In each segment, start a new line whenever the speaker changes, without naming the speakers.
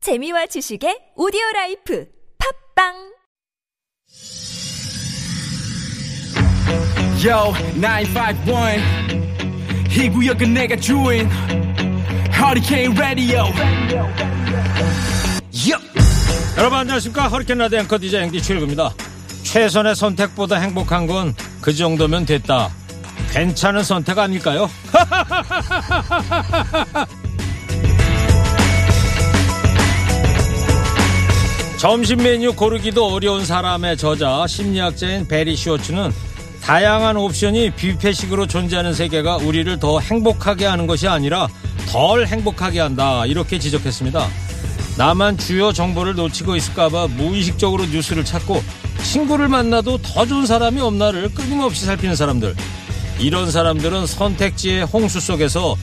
재미와 지식의 오디오 라이프 팝빵
Yo, 951. 이 구역은 내가 주인. Hurricane Radio. Yo.
여러분 안녕하십니까 허리케인 라디오 앵커 디자 앵디 최일구입니다 최선의 선택보다 행복한 건 그 정도면 됐다 괜찮은 선택 아닐까요? 점심 메뉴 고르기도 어려운 사람의 저자 심리학자인 베리 시오츠는 다양한 옵션이 뷔페식으로 존재하는 세계가 우리를 더 행복하게 하는 것이 아니라 덜 행복하게 한다 이렇게 지적했습니다. 나만 주요 정보를 놓치고 있을까봐 무의식적으로 뉴스를 찾고 친구를 만나도 더 좋은 사람이 없나를 끊임없이 살피는 사람들. 이런 사람들은 선택지의 홍수 속에서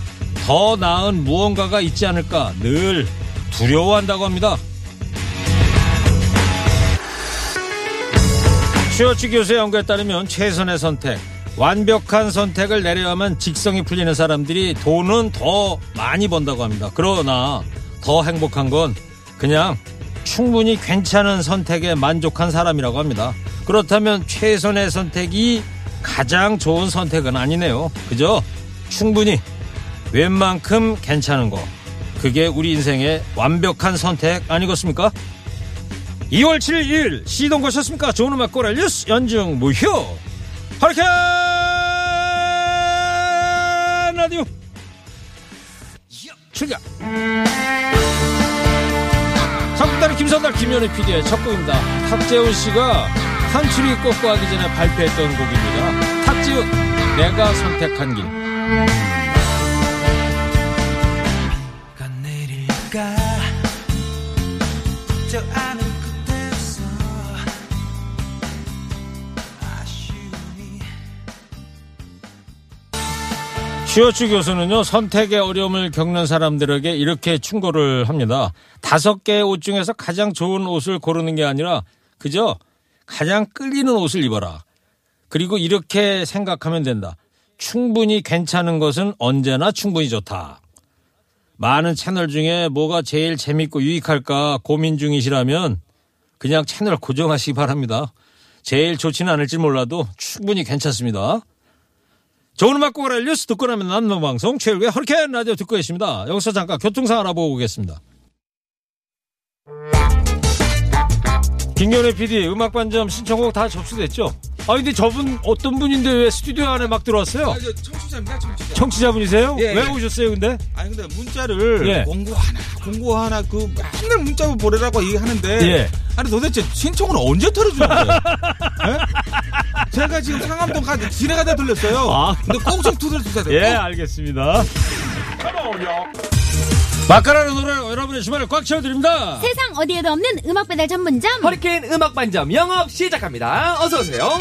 더 나은 무언가가 있지 않을까 늘 두려워한다고 합니다. 슈어츠 교수의 연구에 따르면 최선의 선택, 완벽한 선택을 내려야만 직성이 풀리는 사람들이 돈은 더 많이 번다고 합니다. 그러나 더 행복한 건 그냥 충분히 괜찮은 선택에 만족한 사람이라고 합니다. 그렇다면 최선의 선택이 가장 좋은 선택은 아니네요. 그죠? 충분히 웬만큼 괜찮은 거. 그게 우리 인생의 완벽한 선택 아니겠습니까? 2월 7일 일요일 시동 거셨습니까? 좋은 음악 꼬랄 뉴스 연중 무효 허리케인 라디오 출격 성달의 김선달 김현우 PD의 첫 곡입니다 탁재훈 씨가 한 추리 꺾고 하기 전에 발표했던 곡입니다 탁재훈 내가 선택한 길
가 내릴까? 저 아는 그대서 아쉬움이
슈어츠 교수는요, 선택의 어려움을 겪는 사람들에게 이렇게 충고를 합니다. 다섯 개의 옷 중에서 가장 좋은 옷을 고르는 게 아니라, 그저 가장 끌리는 옷을 입어라. 그리고 이렇게 생각하면 된다. 충분히 괜찮은 것은 언제나 충분히 좋다. 많은 채널 중에 뭐가 제일 재밌고 유익할까 고민 중이시라면 그냥 채널 고정하시기 바랍니다. 제일 좋지는 않을지 몰라도 충분히 괜찮습니다. 좋은 음악 고라 뉴스 듣고 나면 남는 방송 최일의 허리케인 라디오 듣고 계십니다. 여기서 잠깐 교통 상황 알아보고 오겠습니다. 김경래 PD 음악 반점 신청곡 다 접수됐죠? 아 근데 저분 어떤 분인데 왜 스튜디오 안에 막 들어왔어요?
아, 저 청취자입니다, 청취자.
청취자분이세요?
예,
왜
예.
오셨어요 근데?
아니 근데 문자를
예.
공고 하나, 공고 하나 그 맨날 문자로 보내라고 얘기하는데
예.
아니 도대체 신청은 언제 털어주는 거예요? 예? 제가 지금 상암동 가 지뢰가다 들렸어요.
아.
근데 꼭 좀 두드려 주세요.
예
꼭.
알겠습니다. 마카라는 노래 여러분의 주말을 꽉 채워드립니다.
세상 어디에도 없는 음악 배달 전문점
허리케인 음악 반점 영업 시작합니다. 어서 오세요.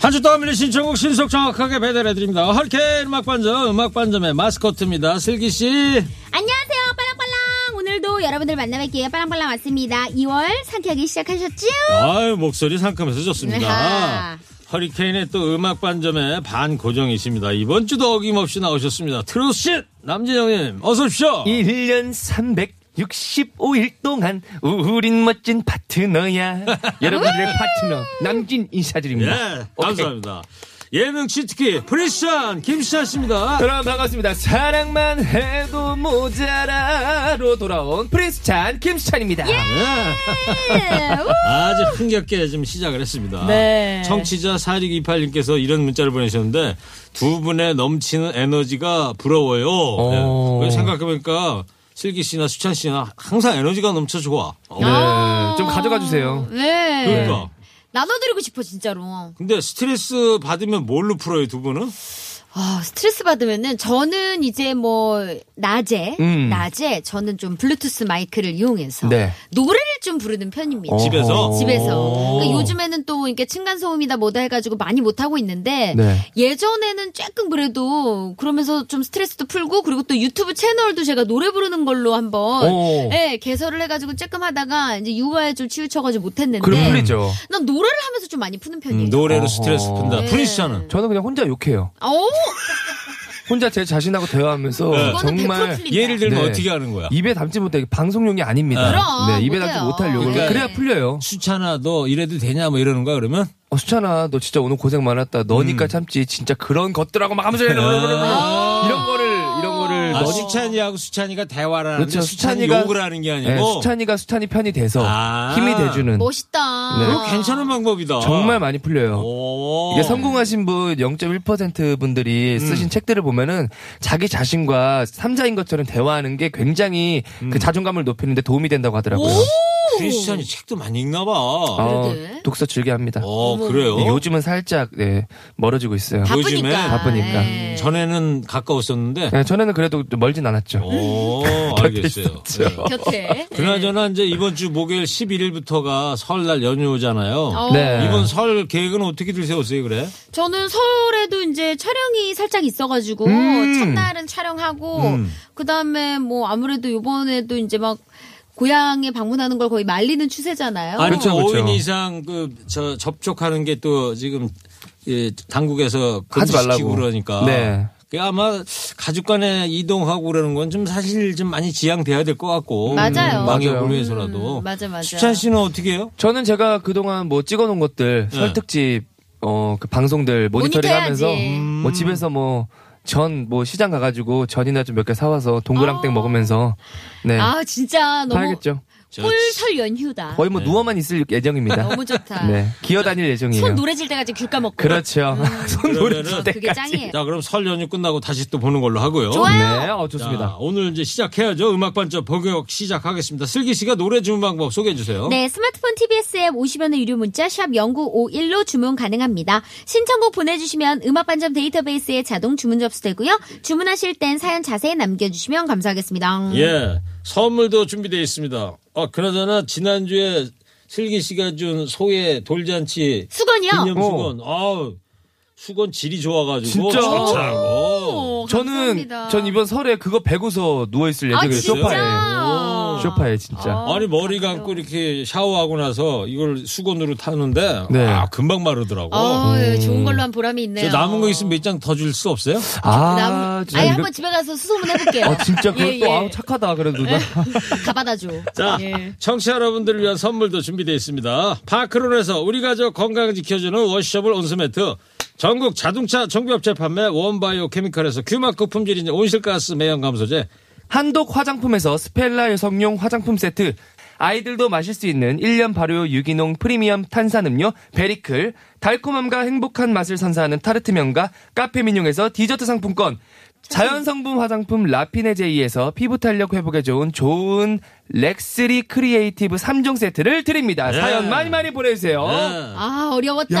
한 주 동안 밀린 신청곡 신속 정확하게 배달해드립니다. 허리케인 음악 반점 음악 반점의 마스코트입니다. 슬기 씨.
안녕하세요 빨랑빨랑 오늘도 여러분들 만나뵐게요 빨랑빨랑 왔습니다 2월 상쾌하게 시작하셨죠?
아유 목소리 상큼해서 좋습니다.
네.
으하.
허리케인의 또 음악 반점의 반 고정이십니다. 이번 주도 어김없이 나오셨습니다. 트로신 남진영님 어서 오십시오.
1년 365일 동안 우린 멋진 파트너야. 여러분들의 파트너 남진
예,
인사드립니다. 오케이.
감사합니다. 예능 치트키 프리션 김시찬 씨입니다.
여러분 반갑습니다. 사랑만 해도 모자라로 돌아온 프린스 찬 김수찬입니다.
예. 네. 아주 흥겹게 좀 시작을 했습니다.
네.
청취자 4628님께서 이런 문자를 보내셨는데 두 분의 넘치는 에너지가 부러워요.
오.
네. 생각해보니까 슬기 씨나 수찬 씨나 항상 에너지가 넘쳐 좋아. 어.
네, 좀 가져가 주세요.
네
그러니까.
나눠드리고 싶어 진짜로
근데 스트레스 받으면 뭘로 풀어요 두 분은?
아, 스트레스 받으면은 저는 이제 뭐 낮에
음.
낮에 저는 좀 블루투스 마이크를 이용해서
네. 어.
노래를 좀 부르는 편입니다
집에서?
집에서 그러니까 요즘에는 또 이렇게 층간 소음이다 뭐다 해가지고 많이 못 하고 있는데
네.
예전에는 조금 그래도 그러면서 좀 스트레스도 풀고 그리고 또 유튜브 채널도 제가 노래 부르는 걸로
오.
한번 예, 개설을 해가지고 조금 하다가 이제 육아에 좀 치우쳐가지고 못했는데
그럼 풀리죠. 음,
난 노래를 하면서 좀 많이 푸는 편이에요.
노래로 스트레스 음, 푼다.
네.
프린스 씨는
저는 그냥 혼자 욕해요.
오,
혼자 제 자신하고 대화하면서
네.
그거는 100%
정말
틀린다.
예를 들면
네.
어떻게 하는 거야?
입에 담지 못해 방송용이 아닙니다.
어.
그럼,
네, 입에
못해요.
담지 못할 욕을
네.
그래야 풀려요.
수찬아 너 이래도 되냐 뭐 이러는 거야 그러면?
어, 수찬아, 너 진짜 오늘 고생 많았다. 너니까
음.
참지. 진짜 그런 것들하고 막 하면서 이런 거를, 이런 거를.
아,
너니-
수찬이하고 수찬이가 대화를 하는데
그렇죠.
수찬이
수찬이가-
욕을 하는 게 아니고
네, 수찬이가 수찬이 편이 돼서
아.
힘이 돼주는.
멋있다.
네.
그거 괜찮은 방법이다.
정말 많이 풀려요.
오.
이게 성공하신 분 0.1% 분들이 쓰신 책들을 보면은 자기 자신과 삼자인 것처럼 대화하는 게 굉장히 그 자존감을 높이는데 도움이 된다고 하더라고요.
크리스찬이 책도 많이 읽나 봐.
어,
그러게.
독서 즐겨합니다.
어, 그래요?
네, 요즘은 살짝 네, 멀어지고 있어요.
요즘에
바쁘니까.
바쁘니까.
네.
전에는 가까웠었는데.
네, 전에는 그래도 멀진 않았죠.
오, 알겠어요. 네.
곁에.
그나저나 이제 이번 주 목요일 11일부터가 설날 연휴잖아요.
어,
네.
이번 설 계획은 어떻게들 세웠어요, 그래?
저는 서울에도 이제 촬영이 살짝 있어가지고
음.
첫날은 촬영하고 그다음에 뭐 아무래도 요번에도 이제 막 고향에 방문하는 걸 거의 말리는 추세잖아요. 음,
아니,
그렇죠, 그렇죠.
5인 이상 그, 저, 접촉하는 게 또 지금, 예, 당국에서
하지
금지시키고
말라고.
그러니까.
네.
그 아마 가족 간에 이동하고 그러는 건 좀 사실 좀 많이 지양돼야 될 것 같고. 음,
음, 맞아요.
방역을
맞아요.
위해서라도.
음, 맞아 맞아.
수찬 씨는 어떻게 해요?
저는 제가 그동안 뭐 찍어놓은 것들
네.
설특집 어 그 방송들 모니터링
모니터해야지.
하면서 뭐 집에서 뭐 전 뭐 시장 가가지고 전이나 좀 몇 개 사와서 동그랑땡 먹으면서 네
아 진짜 너무
봐야겠죠
저
꿀설 연휴다.
거의 뭐 누워만 있을 예정입니다
네. 너무 좋다.
네 기어다닐 예정이에요
손 노래질 때까지 귤 까먹고. 음.
그렇죠 손 노래 질
그러면은-
때
그게 짱이에요.
자, 그럼 설 연휴 끝나고 다시 또 보는 걸로 하고요.
좋아요.
네어
자,
좋습니다
오늘 이제 시작해야죠. 음악반점 버격 시작하겠습니다. 슬기 씨가 노래 주문 방법 소개해
어?
주세요.
네, 스마트폰 TBS 앱 50원의 유료 문자 샵 0951로 주문 가능합니다. 신청곡 보내주시면 음악반점 데이터베이스에 자동 주문 접수되고요. 주문하실 땐 사연 자세히 남겨주시면 감사하겠습니다.
음.
예, 선물도 준비되어 있습니다. 아, 그나저나 지난주에 슬기 씨가 준 소의 돌잔치
수건이요?
기념 수건. 아, 수건 질이 좋아가지고
어.
어.
진짜?
좋더라고.
오,
저는
어, 감사합니다.
전 이번 설에 그거 베고서 누워 있을
아,
예정이에요
진짜? 어.
소파에 소파에 진짜
아니 머리 감고 이렇게 샤워하고 나서 이걸 수건으로 타는데
네. 아,
아 금방 마르더라고.
어, 예, 좋은 걸로 한 보람이
저
있네요. 그
남은 거 있으면 몇 장 더 줄 수 없어요?
아
남-
진짜
아예
이거-
한번 집에 가서 수소문 해볼게요.
아, 진짜 그것도
예, 예.
아우 착하다 그래도 나
가받아줘.
자,
예.
청취자 여러분들을 위한 선물도 준비되어 있습니다. 파크론에서 우리 가족 건강 지켜주는 워셔블 온수매트, 전국 자동차 정비업체 판매 원바이오 케미칼에서 큐마크 품질인 온실가스 매연 감소제,
한독 화장품에서 스펠라 여성용 화장품 세트 아이들도 마실 수 있는 1년 발효 유기농 프리미엄 탄산음료 베리클 달콤함과 행복한 맛을 선사하는 타르트면과 카페민용에서 디저트 상품권 자연성분 화장품 라피네제이에서 피부 탄력 회복에 좋은 좋은 렉스리 크리에이티브 3종 세트를 드립니다
네.
사연 많이 많이 보내주세요
아, 어려웠다.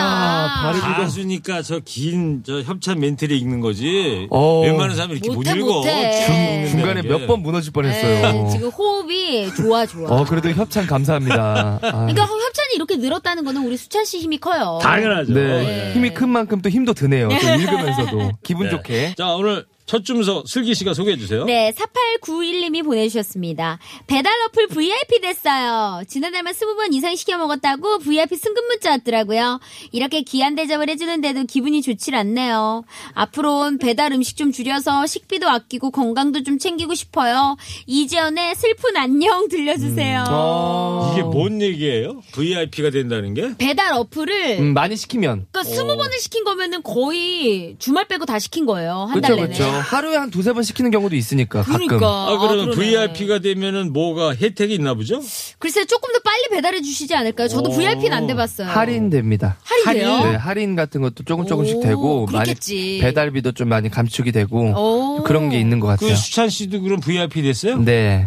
야,
아,
발을-
가수니까 저 긴 저 협찬 멘트를 읽는 거지.
어.
웬만한 사람 이렇게 못
못해,
읽어.
못해.
중-
중간에
중요한
몇
게.
번 무너질
예,
뻔했어요
지금 호흡이 좋아, 좋아.
어 그래도 협찬 감사합니다 아.
그러니까 협찬이 이렇게 늘었다는 거는 우리 수찬 씨 힘이 커요.
당연하죠.
네. 힘이 큰 만큼 또 힘도 드네요. 또 읽으면서도 기분
네.
좋게.
자 오늘 첫 주문서 슬기 씨가 소개해 주세요.
네, 4891님이 보내주셨습니다. 배달 어플 VIP 됐어요. 지난달만 20번 이상 시켜 먹었다고 VIP 승급 문자 왔더라고요. 이렇게 귀한 대접을 해주는데도 기분이 좋질 않네요. 앞으로는 배달 음식 좀 줄여서 식비도 아끼고 건강도 좀 챙기고 싶어요. 이지연의 슬픈 안녕
음.
들려주세요.
아.
이게 뭔 얘기예요? VIP가 된다는 게?
배달 어플을
음, 어. 많이 시키면.
그러니까 20번을 시킨 거면은 거의 주말 빼고 다 시킨 거예요. 한 달
그렇죠,
내내.
그렇죠. 하루에 한 두세 번 시키는 경우도 있으니까 가끔.
네, 그러니까.
아, 그러면
그러네.
VIP가 되면은 뭐가 혜택이 있나 보죠?
글쎄 조금 더 빨리 배달해 주시지 않을까요? 저도 VIP는 안 돼봤어요.
할인됩니다.
할인돼요?
네, 할인 같은 것도 조금 조금씩
어? 오,
되고
그렇겠지.
많이 배달비도 좀 많이 감축이 되고
오.
그런 게 있는 것
그
같아요.
수찬 씨도 그럼 VIP 됐어요?
네.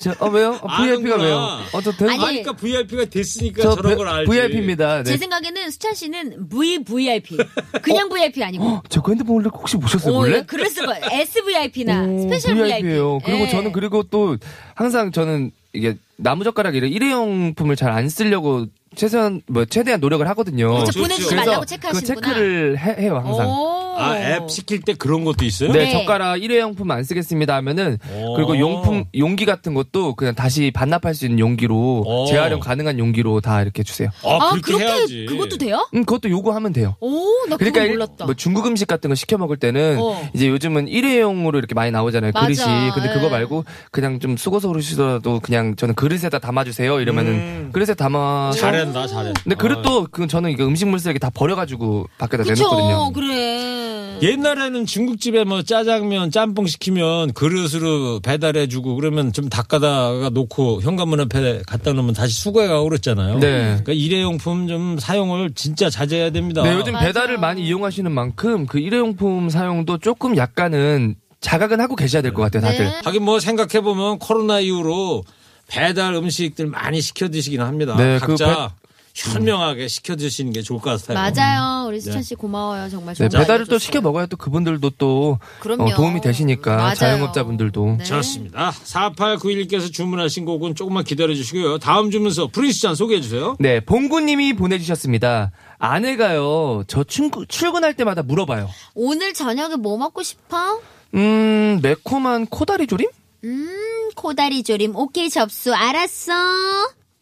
저, 어, 왜요? VIP가
아는구나.
왜요? 어, 저, 대,
아니,
아니, 그러니까 VIP가 됐으니까
저그
저런 걸 알지.
VIP입니다.
제
네.
생각에는 수찬 씨는 VVIP. 그냥
어?
VIP 아니고.
저 핸드폰 원래 혹시 보셨어요,
오,
원래?
그랬을 거예요. SVIP나 네,
음,
스페셜 VIP.
VIP예요. 그리고
예.
저는 그리고 또 항상 저는 이게 나무젓가락 이런 일회용품을 잘 안 쓰려고 최대한 뭐 최대한 노력을 하거든요.
그렇죠.
그쵸, 그렇죠. 보내주지
그래서
말라고
그
체크하시는구나.
체크를 해, 요 항상.
오.
아, 앱 시킬 때 그런 것도 있어요?
네,
네.
젓가락 일회용품 안 쓰겠습니다 하면은
오.
그리고 용품 용기 같은 것도 그냥 다시 반납할 수 있는 용기로
오.
재활용 가능한 용기로 다 이렇게 주세요.
아,
아,
그렇게,
그렇게,
해야지.
그것도 돼요?
음, 그것도 요구하면 돼요.
오, 나 아, 그거
그러니까 일-
몰랐다.
뭐 중국 음식 같은 거 시켜 먹을 때는
어.
이제 요즘은 일회용으로 이렇게 많이 나오잖아요
맞아.
그릇이. 근데
예.
그거 말고 그냥 좀 수고서 그러시더라도 그냥 저는 그릇에다 담아주세요 이러면은 그릇에 담아.
잘한다, 잘해.
근데 그릇도 그 저는 이거 음식물 쓰레기 다 버려가지고 밖에다
그쵸,
내놓거든요.
그래.
옛날에는 중국집에 뭐 짜장면, 짬뽕 시키면 그릇으로 배달해주고 그러면 좀 닦아다가 놓고 현관문 앞에 갖다 놓으면 다시 수거해가고 그랬잖아요.
네.
그러니까 일회용품 좀 사용을 진짜 자제해야 됩니다.
네, 요즘
맞아.
배달을 많이 이용하시는 만큼 그 일회용품 사용도 조금 약간은 자각은 하고 계셔야 될 것 같아요, 다들.
네.
하긴 뭐 생각해보면 코로나 이후로 배달 음식들 많이 시켜 드시긴 합니다.
네, 그
각자 현명하게 시켜 드시는 게 좋을 것 같아요.
네. 맞아요. 우리 수찬 씨 고마워요. 정말
네,
좋은
배달을 또
아이디어였어요.
시켜 먹어야 또 그분들도 또
그럼요.
어, 도움이 되시니까
맞아요.
자영업자분들도
네.
좋습니다. 4891님께서 주문하신 곡은 조금만 기다려 주시고요. 다음 주문서 프린스잔 소개해 주세요.
네, 봉구님이 보내주셨습니다. 아내가요, 저 출, 출근할 때마다 물어봐요.
오늘 저녁에 뭐 먹고 싶어?
음, 매콤한 코다리 조림?
음, 코다리 조림. 오케이, 접수. 알았어.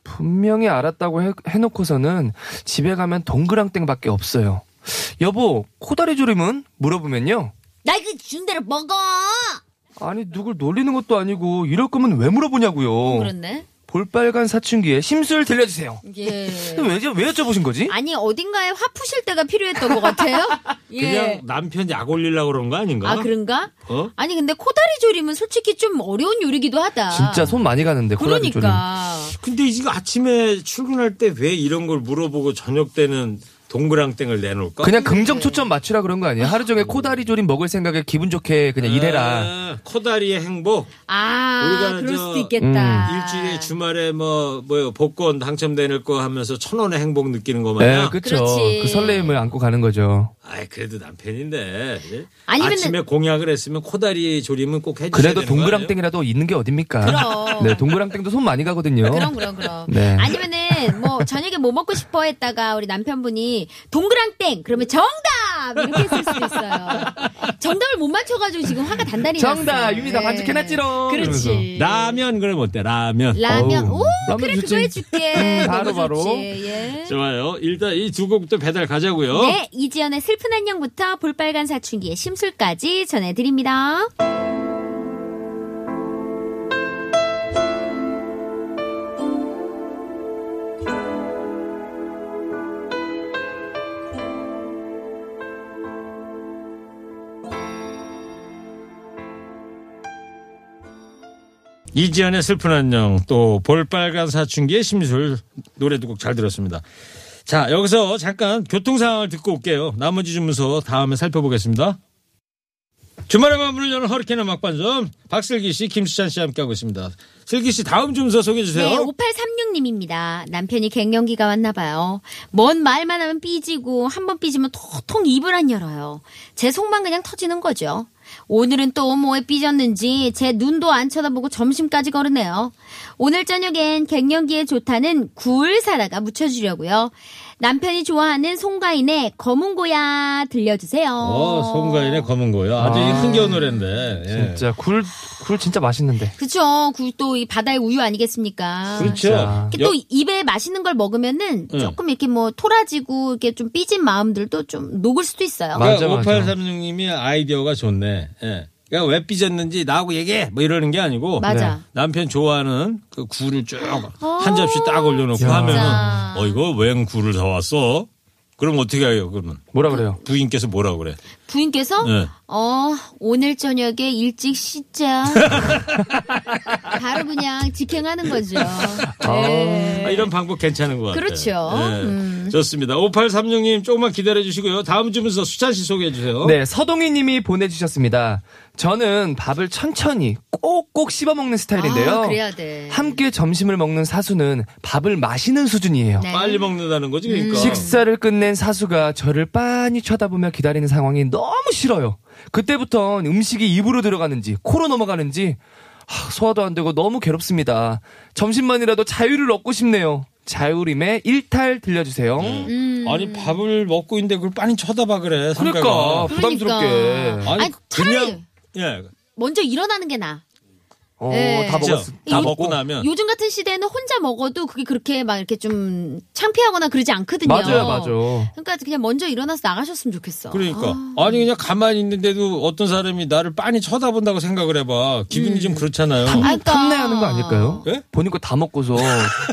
분명히 알았다고 해, 해놓고서는 집에 가면 동그랑땡밖에 없어요. 여보, 코다리 조림은? 물어보면요.
나 이거 준 대로 먹어.
아니, 누굴 놀리는 것도 아니고, 이럴 거면 왜 물어보냐고요.
그렇네.
볼빨간 사춘기에 심술 들려주세요.
예.
왜, 왜 여쭤보신 거지?
아니, 어딘가에 화 푸실 때가 필요했던 것 같아요. 예.
그냥 남편 약 올리려고 그런 거 아닌가?
아, 그런가?
어?
아니, 근데 코다리 조림은 솔직히 좀 어려운 요리기도 하다.
진짜 손 많이 가는데, 코다리 조림.
그러니까.
근데 이거 아침에 출근할 때 왜 이런 걸 물어보고 저녁 때는 동그랑땡을 내놓을까?
그냥 긍정 초점 맞추라 그런 거 아니야? 하루 종일 코다리 조림 먹을 생각에 기분 좋게 그냥 일해라.
아, 코다리의 행복.
아,
우리가
그럴
저 음.
수도
음.
있겠다.
일주일에 주말에 뭐 뭐요 복권 당첨되는 거 하면서 천 원의 행복 느끼는 거 마냥.
네, 그쵸.
그렇지.
그 설레임을 안고 가는 거죠.
아이 그래도 남편인데. 예?
아니면은-
아침에 공약을 했으면 코다리 조림은 꼭 해주셔야
그래도
되는 거 아니에요?
동그랑땡이라도 있는 게 어딥니까?
그럼. 아,
네, 동그랑땡도 손 많이 가거든요.
그럼 그럼 그럼.
어? 네.
아니면은 뭐 저녁에 뭐 먹고 싶어 했다가 우리 남편분이 동그랑땡 그러면 정답 이렇게 했을 수도 있어요. 정답을 못 맞춰가지고 지금 화가 단단히 났어요. 예.
정답, 유미다 반죽해놨지롱.
그렇지.
라면 그러면 어때? 라면.
라면
어우,
오
라면
그래
좋지.
그거 해줄게.
바로,
너무 좋지.
바로.
예.
어, 좋아요. 일단 이 두 곡도 배달
어?
가자고요.
네 이지연의 슬픈 안녕부터 볼빨간 사춘기의 심술까지 전해드립니다.
이지연의 슬픈 안녕 또 볼빨간 사춘기의 심술 노래 두 곡 잘 들었습니다. 자 여기서 잠깐 교통 상황을 듣고 올게요. 나머지 주문서 다음에 살펴보겠습니다. 주말에만 문을 여는 허리케인 막반점 박슬기 씨, 김수찬 씨 함께하고 있습니다. 슬기 씨 다음 주문서 소개해 주세요. 어,
네, 5836님입니다. 남편이 갱년기가 왔나 봐요. 뭔 말만 하면 삐지고 한 번 삐지면 통통 입을 안 열어요. 제 속만 그냥 터지는 거죠. 오늘은 또 뭐에 삐졌는지 제 눈도 안 쳐다보고 점심까지 거르네요. 오늘 저녁엔 갱년기에 좋다는 굴 사다가 묻혀주려고요. 남편이 좋아하는 송가인의 검은 고야 들려주세요.
어, 송가인의 검은 고요. 아주 이 흥겨운 노래인데. 예.
진짜 굴, 굴 진짜 맛있는데.
그쵸. 굴 또 이 바다의 우유 아니겠습니까?
그렇죠.
이렇게 또 입에 맛있는 걸 먹으면은
응.
조금 이렇게 뭐 토라지고 이렇게 좀 삐진 마음들도 좀 녹을 수도 있어요.
맞아,
그러니까
맞아.
5836님이 아이디어가 좋네. 예. 그러니까 왜 삐졌는지 나하고 얘기해 뭐 이러는 게 아니고
맞아. 네.
남편 좋아하는 그 굴을 쭉 한 접시 딱 올려놓고 하면은 어 이거 웬 굴을 사왔어? 그럼 어떻게 해요 그러면
뭐라 그래요?
부인께서 뭐라 그래?
부인께서
네.
어 오늘 저녁에 일찍 씻자. 바로 그냥 직행하는 거죠. 네.
아, 이런 방법 괜찮은 것 같아요.
그렇죠.
예. 좋습니다. 5836님 조금만 기다려 주시고요. 다음 주문서 수찬 씨 소개해 주세요.
네, 서동희 님이 보내주셨습니다. 저는 밥을 천천히 꼭꼭 씹어 먹는 스타일인데요.
아, 그래야 돼.
네. 함께 점심을 먹는 사수는 밥을 마시는 수준이에요.
네.
빨리 먹는다는 거지 그러니까.
음. 식사를 끝낸 사수가 저를 빤히 쳐다보며 기다리는 상황이 너무 싫어요. 그때부터 음식이 입으로 들어가는지 아, 코로 넘어가는지 하, 소화도 안 되고 너무 괴롭습니다. 점심만이라도 자유를 얻고 싶네요. 자우림의 일탈 들려주세요.
아니 밥을 먹고 있는데 그걸 빤히 쳐다봐 그래.
그러니까
상대가.
부담스럽게.
그러니까. 아니,
아니,
차라리
그냥- 예.
먼저 일어나는 게 나아.
어,
네.
다
진짜.
먹었어.
그죠? 다 먹고 나면
요즘 같은 시대에는 혼자 먹어도 그게 그렇게 막 이렇게 좀 창피하거나 그러지 않거든요.
맞아요, 맞아.
그러니까 그냥 먼저 일어나서 나가셨으면 좋겠어.
그러니까 아. 니 그냥 가만히 있는데도 어떤 사람이 나를 빤히 쳐다본다고 생각을 해봐 기분이 좀 그렇잖아요.
그러니까.
어, 탐내하는 거 아닐까요?
예?
본인 거 다 먹고서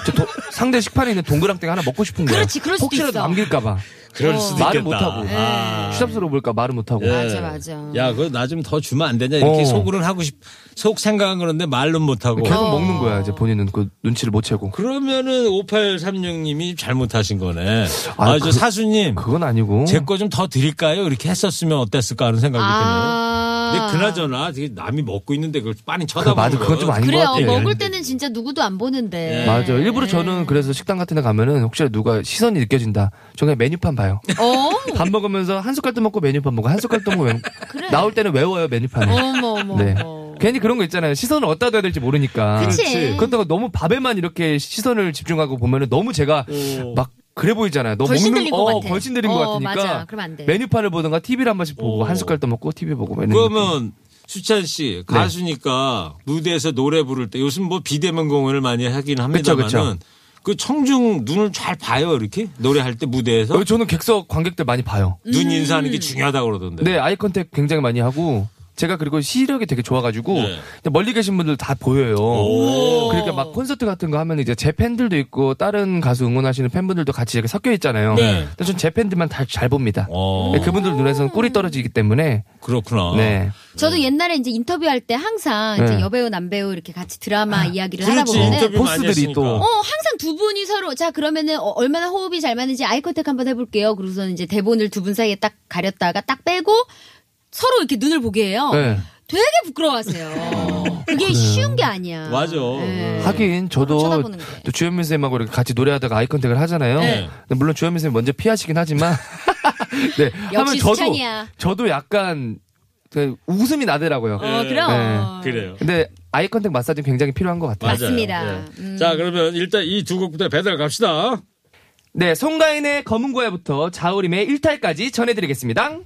저 도- 상대 식판에 있는 동그랑땡 하나 먹고 싶은 거예요.
그렇지, 그럴 수도
혹시라도
있어.
남길까봐.
그럴
어.
수도
말을
있겠다.
못하고. 네.
아.
시잡스러워 볼까 말을 못하고.
예.
맞아, 맞아.
야, 그거 나 좀 더 주면 안 되냐 이렇게
어.
속으로는 하고 싶, 속 생각은 그런데 말은 못하고.
계속
어.
먹는 거야 이제 본인은 그 눈치를 못 채고.
음. 그러면은 5836님이 잘못하신 거네.
아,
아,
그-
저 사수님
그건 아니고.
제 거 좀 더 드릴까요? 이렇게 했었으면 어땠을까 하는 생각이
아.
드네요. 근데 그나저나 되게 남이 먹고 있는데 그걸 빤히
그,
쳐다보는
맞아, 그건
거.
좀 아닌 것
그래요.
같아요.
먹을 때는 진짜 누구도 안 보는데.
뭐, 예.
예.
맞아. 일부러 저는 그래서 식당 같은 데 가면은 혹시나 누가 시선이 느껴진다. 저 그냥 메뉴판 봐요.
어?
밥 먹으면서 한 숟갈도 먹고 메뉴판 보고 한 숟갈도 먹고 메뉴...
그래.
나올 때는 외워요 메뉴판을.
어머, 어머.
네.
어머.
괜히 그런 거 있잖아요. 시선을 어디다 둬야 될지 모르니까.
그치. 그렇지.
그렇다고 너무 밥에만 이렇게 시선을 집중하고 보면은 너무 제가
어.
막 그래 보이잖아요. 너
걸신
먹는
들린 것
어,
같아.
걸신 들린 것
어,
같으니까.
맞아. 그러면 안 돼.
메뉴판을 보던가 TV를 한 번씩 보고
어.
한 숟갈 떠먹고 TV 보고 이런 느낌. 네.
그러면 수찬 씨 가수니까 무대에서 노래 부를 때 요즘 뭐 비대면 공연을 많이 하긴
그쵸, 그쵸.
합니다만은 그 청중 눈을 잘 봐요 이렇게 노래할 때 무대에서
어, 저는 객석 관객들 많이 봐요.
음.
눈 인사하는 게 중요하다고 그러던데.
네, 아이 컨택 굉장히 많이 하고 제가 그리고 시력이 되게 좋아가지고
네.
그냥 멀리 계신 분들 다 보여요. 그러니까 막 콘서트 같은 거 하면 이제 제 팬들도 있고 다른 가수 응원하시는 팬분들도 같이 이렇게 섞여 있잖아요.
네.
근데 전 제 팬들만 다 잘 봅니다.
어, 아.
네, 그분들 눈에서는 꿀이 떨어지기 때문에
그렇구나.
네.
저도 옛날에 이제 인터뷰할 때 항상 이제
네. 아,
여배우 남배우 이렇게 같이 드라마 이야기를 하다
그렇지
보면은
인터뷰 많이
보스들이
했으니까.
또.
어, 항상 두 분이 서로, 자, 그러면은, 어, 얼마나 호흡이 잘 맞는지 아이 컨택 한번 해볼게요. 그러고서는 이제 대본을 두 분 사이에 딱 가렸다가 딱 빼고 서로 이렇게 눈을 보게 해요.
네. 어,
되게 부끄러워하세요. 그게 쉬운 게 아니야.
맞아.
네.
하긴 저도
쳐다보는 게.
또 주현민 쌤하고 이렇게 같이 노래하다가 아이 컨택을 하잖아요.
네.
근데 물론 주현민 쌤 먼저 피하시긴 하지만 네. 하면
역시
저도
수찬이야.
저도 약간 그 웃음이 나더라고요.
어,
네.
그럼.
그래요.
근데 아이 컨택 마사지 는 굉장히 필요한 것 같아요.
맞아요.
맞습니다.
예. 자 그러면 일단 이 두 곡부터 배달 갑시다.
네, 송가인의 검은 고야부터 자우림의 일탈까지 전해드리겠습니다.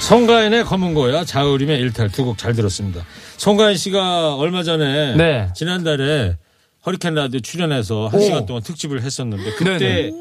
송가인의 검은 고야, 자우림의 일탈 두 곡 잘 들었습니다. 송가인 씨가 얼마 전에
네.
지난달에 허리케인 라디오 출연해서 한
오.
시간 동안 특집을 했었는데 그때
네네.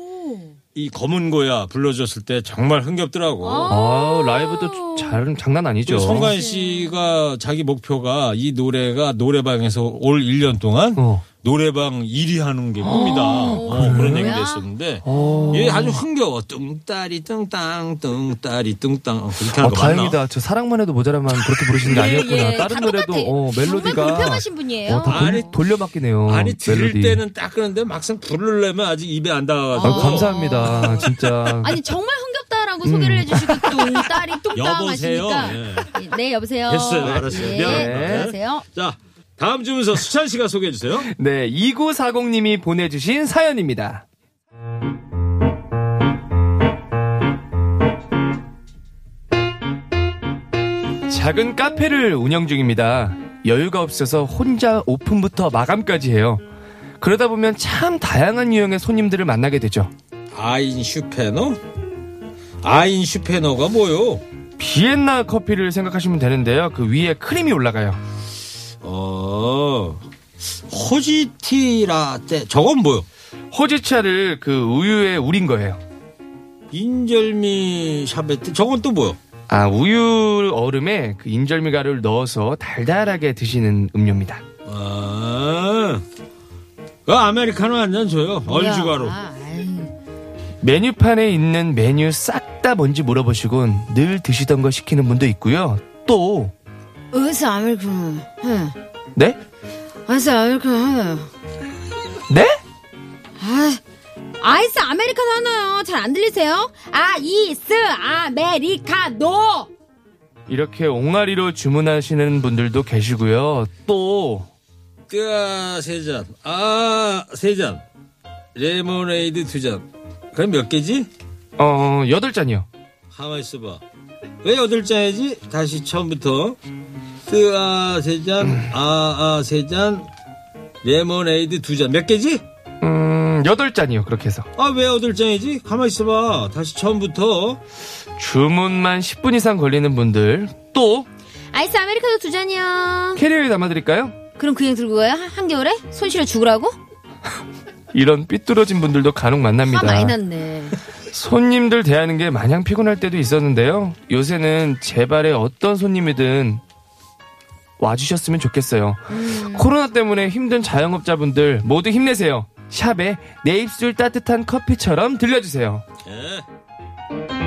이 검은 고야 불러줬을 때 정말 흥겹더라고.
어.
아, 라이브도 잘, 장난 아니죠.
그 송가인 씨가 자기 목표가 이 노래가 노래방에서 올 1년 동안
어.
노래방 1위 하는 게 꿈이다.
아,
어, 그런 얘기도 했었는데
어.
얘 아주 흥겨워. 뚱따리 뚱땅 뚱따리 뚱땅 어, 그렇게
아,
하는 거 맞나?
다행이다. 저 사랑만 해도 모자라만 그렇게
예,
부르시는 게
예,
아니었구나. 다른 노래도 어,
정말
멜로디가
불편하신 분이에요.
어, 다 돌-
아니,
돌려막기네요.
아니 들을
어, 멜로디.
때는 딱 그런데 막상 부르려면 아직 입에 안 닿아가지고
아, 감사합니다. 진짜.
어. 아니 정말 흥겹다라고 소개를 해주시고 뚱따리 뚱땅
음. 여보세요?
하시니까 네 여보세요
됐어요. 알았어요.
네,
미안합니다. 네.
안녕하세요
자 다음 주문서 수찬 씨가 소개해 주세요.
네, 2940님이 보내주신 사연입니다. 작은 카페를 운영 중입니다. 여유가 없어서 혼자 오픈부터 마감까지 해요. 그러다 보면 참 다양한 유형의 손님들을 만나게 되죠.
아인슈페너? 아인슈페너가 뭐요?
비엔나 커피를 생각하시면 되는데요. 그 위에 크림이 올라가요.
어 호지티 라떼 저건 뭐요?
호지차를 그 우유에 우린 거예요.
인절미 샤베트 저건 또 뭐요?
아, 우유 얼음에 그 인절미 가루를 넣어서 달달하게 드시는 음료입니다.
아, 그 아메리카노 한 잔 줘요. 얼주가로.
아, 아이.
메뉴판에 있는 메뉴 싹 다 뭔지 물어보시곤 늘 드시던 거 시키는 분도 있고요. 또,
어디서 아메리카노 응.
네?
아이스 아메리카노 하나요
네?
아, 아이스 아메리카노 하나요 잘 안 들리세요? 아이스 아메리카노
이렇게 옹알이로 주문하시는 분들도 계시고요. 또,
vodka 세 잔, 아, 세 잔, 레모네이드 두 잔. 그럼 몇 개지?
어, 여덟 잔이요.
가만 있어봐. 왜 여덟 잔이지? 다시 처음부터. 뜨아 세 잔, 아아 세 잔, 레모네이드 두 잔. 몇 개지?
음, 여덟 잔이요. 그렇게 해서.
아, 왜 여덟 잔이지? 가만 있어봐. 다시 처음부터.
주문만 10분 이상 걸리는 분들 또
아이스 아메리카노 두 잔이요.
캐리어에 담아드릴까요?
그럼 그냥 들고 가요? 한- 한겨울에? 손실어 죽으라고?
이런 삐뚤어진 분들도 간혹 만납니다.
화 아, 많이 났네.
손님들 대하는 게 마냥 피곤할 때도 있었는데요. 요새는 제발에 어떤 손님이든 와주셨으면 좋겠어요. 코로나 때문에 힘든 자영업자분들 모두 힘내세요. 샵에 내 입술 따뜻한 커피처럼 들려주세요.
예.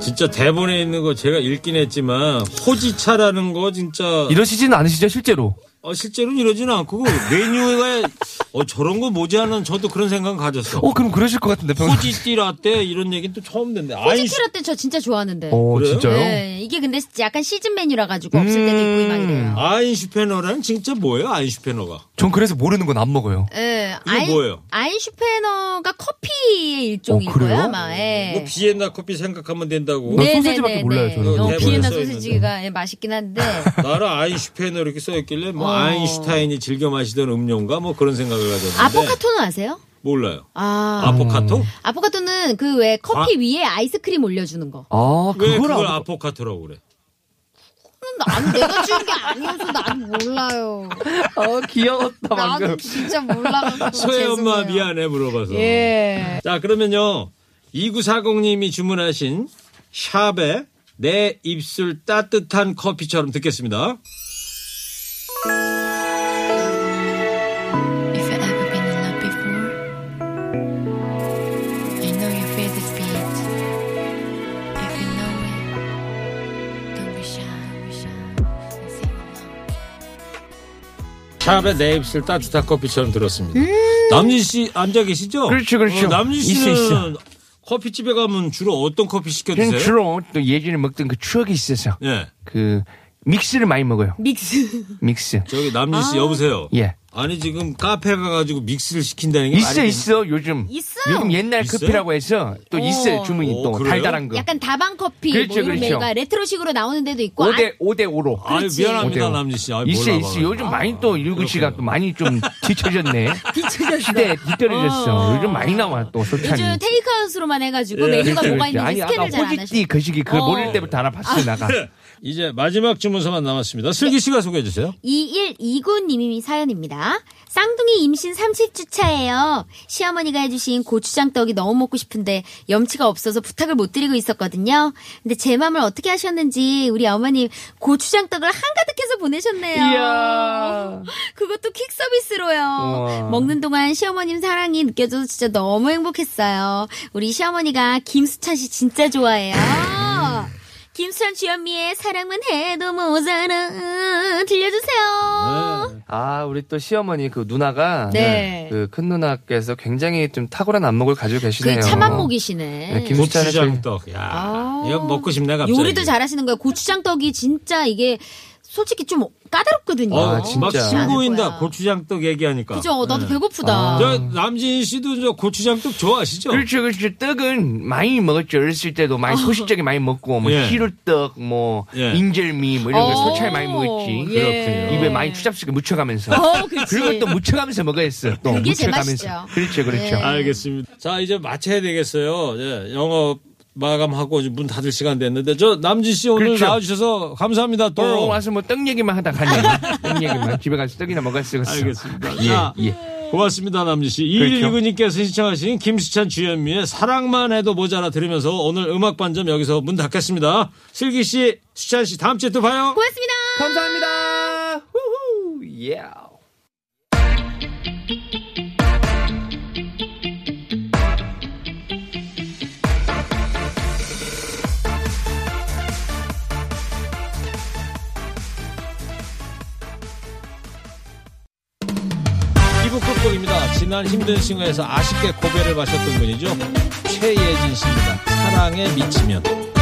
진짜 대본에 있는 거 제가 읽긴 했지만 호지차라는 거 진짜
이러시진 않으시죠, 실제로?
어, 실제로는 이러지는 않고 그 메뉴가 어, 저런 거 모자는 저도 그런 생각 가졌어.
어, 그럼 그러실 것 같은데, 평소
호지띠 라떼 이런 얘기는 또 처음 듣는데 아이
호지티라 때저 진짜 좋아하는데.
어,
그래요?
진짜요?
네, 이게 근데 약간 시즌 메뉴라 가지고 없을 때도 있고
음.
막 이래요.
아, 아인슈페너라는 진짜 뭐예요? 아인슈페너가
전 그래서 모르는 건 안 먹어요.
예,
그게 뭐예요?
아인슈페너가 커피의 일종인
어, 그래요?
거야, 아마. 예. 네,
뭐 비엔나 커피 생각하면 된다고
난 소세지밖에 몰라요, 저는.
어,
네,
비엔나
벌써
소시지가 예, 맛있긴 한데.
나라 아인슈페너 이렇게 써있길래 뭐
어.
아인슈타인이 즐겨 마시던 음료인가 뭐 그런 생각을 가졌는데
아포카토는 아세요?
몰라요.
아.
아포카토?
아포카토는 그 왜 커피
과-
위에 아이스크림 올려주는 거.
아,
왜
그걸
그걸
안
아포카토라고 그래?
난 음, 내가 주는 게 아니어서 난 몰라요.
어, 귀여웠다,
나도
방금.
진짜 몰라가지고.
아,
소혜 엄마
죄송해요.
아, 미안해 물어봐서.
예.
자 그러면요 2940님이 주문하신 샵에 내 입술 따뜻한 커피처럼 듣겠습니다.
If you ever been in love before, I know you feel this beat. If you know it, don't be shy, be shy, and sing along.
샵에 내 입술 따뜻한 커피처럼 들었습니다. 남진 씨 앉아 계시죠?
음. 그렇죠, 그렇죠.
어, 남진
있어,
씨는
있어.
커피집에 가면 주로 어떤 커피 시켜
저는
드세요?
주로 또 예전에 먹던 그 추억이 있어서
예.
그 믹스를 많이 먹어요.
믹스.
믹스.
저기 남진 씨 여보세요.
예.
아니 지금 카페 가가지고 믹스를 시킨다는 게
있어
말이
있어 요즘
있어요?
요즘 옛날
있어요?
커피라고 해서 또 있어요 주문이
오,
또
그래요?
달달한 거
약간 다방 커피
그렇죠,
뭐 이런
그렇죠. 어, 네.
메뉴가 레트로식으로 나오는 데도 있고. 아,
5대 5대 5로
아유, 그렇지. 미안합니다,
오대오.
남진 씨. 아유,
있어
몰라
있어
봐요.
요즘 많이 또 유근 씨가 또 많이 좀 뒤쳐졌네 뒤쳐졌어 시대에 뒤떨어졌어
어.
요즘 많이 나와 또 솔찬이
요즘 테이크아웃으로만 해가지고
예.
메뉴가
그렇지,
뭐가
그렇죠, 그렇지.
있는지
아니
스캔을
아까
잘 안
호지띠
하시고.
거시기 그걸
어.
모를 때부터 알아봤어 나가
이제 마지막 주문서만 남았습니다. 슬기 씨가 소개해 주세요.
2129님이 사연입니다. 쌍둥이 임신 30주 차예요. 시어머니가 해주신 고추장떡이 너무 먹고 싶은데 염치가 없어서 부탁을 못 드리고 있었거든요. 근데 제 마음을 어떻게 하셨는지 우리 어머님 고추장떡을 한가득 해서 보내셨네요.
이야
그것도 퀵 서비스로요.
우와.
먹는 동안 시어머님 사랑이 느껴져서 진짜 너무 행복했어요. 우리 시어머니가 김수찬 씨 진짜 좋아해요.
음.
김수찬 주현미의 사랑만 해도 모자라 들려주세요.
네.
아 우리 또 시어머니 그 누나가
네.
그 큰 누나께서 굉장히 좀 탁월한 안목을 가지고 계시네요
그 참안목이시네.
네, 김-
고추장떡. 야,
아.
이거 먹고 싶네 갑자기.
요리도 잘하시는 거예요. 고추장떡이 진짜 이게 솔직히 좀 까다롭거든요.
어,
아, 진짜. 네.
막
쉽지 않을
신고인다
거야.
고추장떡 얘기하니까.
그죠? 나도
예.
아.
배고프다.
저 남진 씨도 저 고추장떡
어.
좋아하시죠?
그렇죠, 그렇죠. 떡은 많이 먹었죠. 어렸을 때도
아.
많이 소식적에 많이 먹고, 뭐,
예.
시루떡, 뭐,
예.
인절미, 뭐, 이런 거
어,
소찰 많이 먹었지.
예.
입에 많이 추잡스럽게 묻혀가면서.
어, 그치.
그리고 또 묻혀가면서 먹어야했어. 또
그게 제일
묻혀가면서.
맛있죠.
그렇죠, 그렇죠.
예.
아,
알겠습니다. 자, 이제 마쳐야 되겠어요. 예, 영업 마감하고 이제 문 닫을 시간 됐는데 저 남진 씨 오늘
그렇죠.
나와주셔서 감사합니다. 또
또 와서 뭐 떡 얘기만 하다 가냐. 떡 얘기만. 집에 가서 떡이나 먹었어.
알겠습니다. 자,
예, 예.
고맙습니다, 남진 씨.
그렇죠.
2119님께서 신청하신 김수찬 주현미의 사랑만 해도 모자라 들으면서 오늘 음악 반점 여기서 문 닫겠습니다. 슬기 씨, 수찬 씨 다음 주에 또 봐요.
고맙습니다.
감사합니다. 후후, 예.
이부 끝곡입니다. 지난 힘든 싱어에서 아쉽게 고배를 마셨던 분이죠. 최예진 씨입니다. 사랑에 미치면.